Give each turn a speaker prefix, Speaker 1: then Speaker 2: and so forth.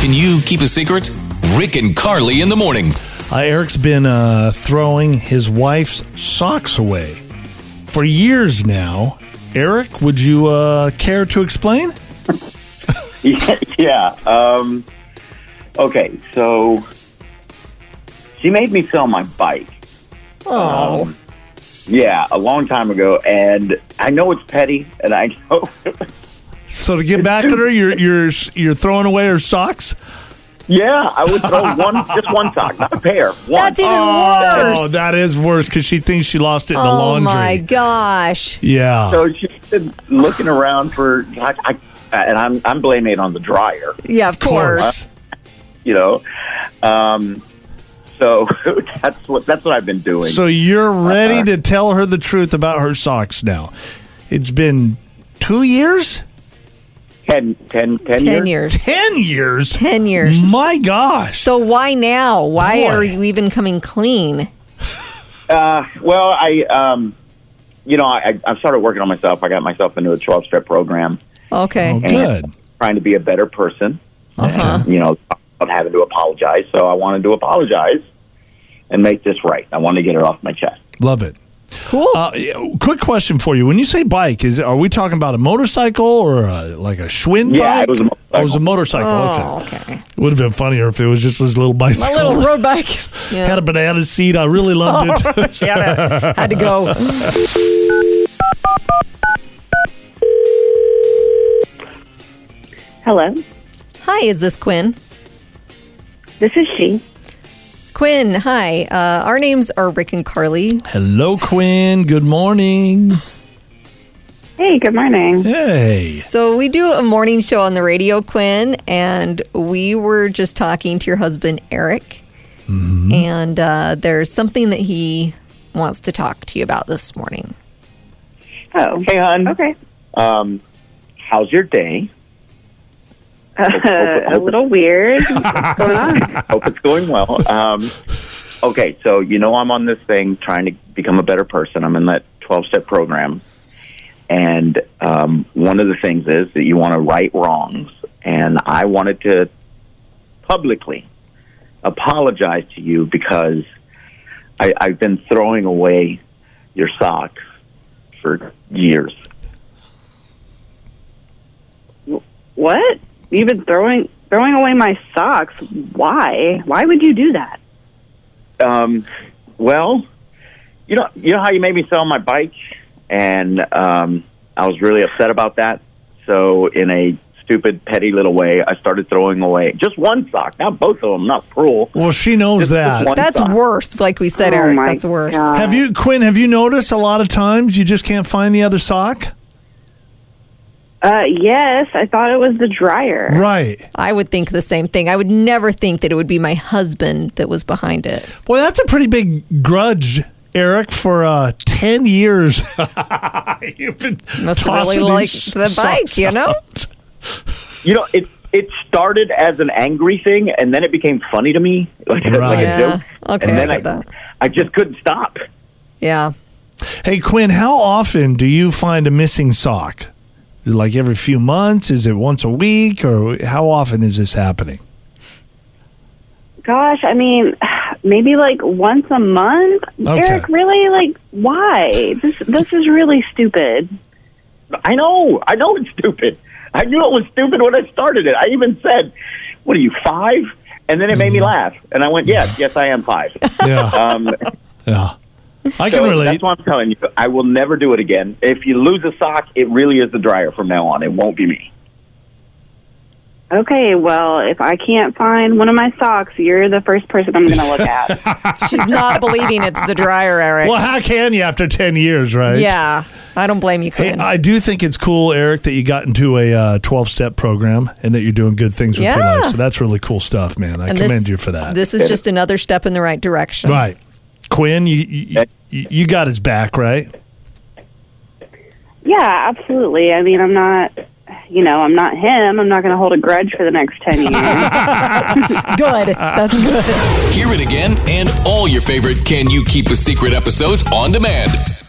Speaker 1: Can you keep a secret? Rick and Carly in the morning.
Speaker 2: Uh, Eric's been uh, throwing his wife's socks away for years now. Eric, would you uh, care to explain?
Speaker 3: yeah. yeah. Um, okay, so she made me sell my bike. Um,
Speaker 2: Oh,
Speaker 3: Yeah, a long time ago, and I know it's petty, and I know.
Speaker 2: so to get back at her, you're you're you're throwing away her socks.
Speaker 3: yeah, I would throw one, just one sock, not a pair. One.
Speaker 4: That's even worse.
Speaker 2: Oh, that is worse because she thinks she lost it in the
Speaker 4: oh
Speaker 2: laundry.
Speaker 4: my gosh.
Speaker 2: Yeah.
Speaker 3: so she's been looking around for, I, I, and I'm I'm blaming it on the dryer.
Speaker 4: Yeah, of course.
Speaker 3: you know. Um, so that's what that's what I've been doing.
Speaker 2: So you're ready to tell her the truth about her socks now. It's been two years,
Speaker 3: ten, ten, ten years.
Speaker 4: 10 years.
Speaker 2: ten years,
Speaker 4: 10 years.
Speaker 2: My gosh!
Speaker 4: So why now? Why
Speaker 2: Boy.
Speaker 4: are you even coming clean?
Speaker 3: Uh, well, I, um, you know, I, I started working on myself. I got myself into a twelve step program,
Speaker 4: Okay.
Speaker 2: oh, good.
Speaker 3: trying to be a better person. You know, of having to apologize. So I wanted to apologize and make this right. I wanted to get it off my chest.
Speaker 2: Love it.
Speaker 4: Cool.
Speaker 2: Uh, quick question for you: When you say bike, is are we talking about a motorcycle or a, like a Schwinn
Speaker 3: Yeah,
Speaker 2: bike?
Speaker 3: it was a
Speaker 2: Oh, it was a motorcycle.
Speaker 4: oh,
Speaker 2: okay.
Speaker 4: okay.
Speaker 2: Would have been funnier if it was just this little
Speaker 4: My
Speaker 2: bicycle.
Speaker 4: little road bike. Yeah. Oh.
Speaker 2: Had a banana seat. I really loved it.
Speaker 4: had to go.
Speaker 5: Hello,
Speaker 4: Hi, is this Quinn?
Speaker 5: this is she.
Speaker 4: Quinn, hi. Uh, our names are Rick and Carly.
Speaker 2: Hello, Quinn. Good morning.
Speaker 5: Hey, good morning.
Speaker 2: Hey.
Speaker 4: So we do a morning show on the radio, Quinn, and we were just talking to your husband Eric,
Speaker 2: Mm-hmm.
Speaker 4: and uh, there's something that he wants to talk to you about this morning.
Speaker 5: Oh,
Speaker 3: Hey, hon.
Speaker 5: okay.
Speaker 3: Um, how's your day?
Speaker 5: Uh, a little weird. What's going on?
Speaker 3: Hope it's going well. Um, okay, so you know I'm on this thing trying to become a better person. I'm in that 12 step program. And um, one of the things is that you want to right wrongs. And I wanted to publicly apologize to you because I, I've been throwing away your socks for years.
Speaker 5: What? You've been throwing throwing away my socks. Why? Why would you do that?
Speaker 3: Um, well, you know, you know how you made me sell my bike, and um, I was really upset about that. So, in a stupid, petty little way, I started throwing away just one sock, not both of them. Not cruel.
Speaker 2: Well, she knows
Speaker 3: Just- just
Speaker 2: that.
Speaker 3: one
Speaker 4: That's
Speaker 3: sock.
Speaker 4: worse, like we said,
Speaker 5: Oh
Speaker 4: Eric.
Speaker 5: my
Speaker 4: That's worse.
Speaker 5: God.
Speaker 2: Have you, Quinn? Have you noticed a lot of times you just can't find the other sock?
Speaker 5: Uh, yes, I thought it was the dryer.
Speaker 2: Right.
Speaker 4: I would think the same thing. I would never think that it would be my husband that was behind it.
Speaker 2: Boy, that's a pretty big grudge, Eric, for uh, 10 years. You've been
Speaker 4: Must have
Speaker 2: tossing
Speaker 4: really
Speaker 2: these
Speaker 4: liked the bike,
Speaker 2: socks
Speaker 4: you know?
Speaker 2: out.
Speaker 3: You know, it it started as an angry thing, and then it became funny to me, like, a like
Speaker 2: Right.
Speaker 3: a
Speaker 4: Yeah.
Speaker 3: joke.
Speaker 4: Okay,
Speaker 3: and then
Speaker 4: I get that.
Speaker 3: I just couldn't stop.
Speaker 4: Yeah.
Speaker 2: Hey, Quinn, how often do you find a missing sock? Is it like every few months? Is it once a week? Or how often is this happening?
Speaker 5: Gosh, I mean, maybe like once a month.
Speaker 2: Okay.
Speaker 5: Eric, really? Like, why? This this is really stupid.
Speaker 3: I know. I know it's stupid. I knew it was stupid when I started it. I even said, "What are you five? And then it made me
Speaker 2: Mm-hmm.
Speaker 3: laugh, and I went, "Yes, yes, I am five.
Speaker 2: Yeah.
Speaker 3: Um,
Speaker 2: yeah. I
Speaker 3: so
Speaker 2: can relate.
Speaker 3: that's why I'm telling you, I will never do it again. If you lose a sock, it really is the dryer from now on. It won't be me.
Speaker 5: Okay, well, if I can't find one of my socks, you're the first person I'm going to look at.
Speaker 4: She's not believing it's the dryer, Eric.
Speaker 2: Well, how can you after 10 years, right?
Speaker 4: Yeah. I don't blame you,
Speaker 2: Hey,
Speaker 4: Quinn.
Speaker 2: I do think it's cool, Eric, that you got into a 12 step program and that you're doing good things with your
Speaker 4: Yeah.
Speaker 2: life. So that's really cool stuff, man. I
Speaker 4: And
Speaker 2: commend you for that.
Speaker 4: This is just another step in the right direction.
Speaker 2: Right. Quinn, you, you, you you got his back, right?
Speaker 5: Yeah, absolutely. I mean, I'm not, you know, I'm not him. I'm not going to hold a grudge for the next 10 years.
Speaker 4: Good. That's good.
Speaker 1: Hear it again and all your favorite Can You Keep a Secret episodes on demand.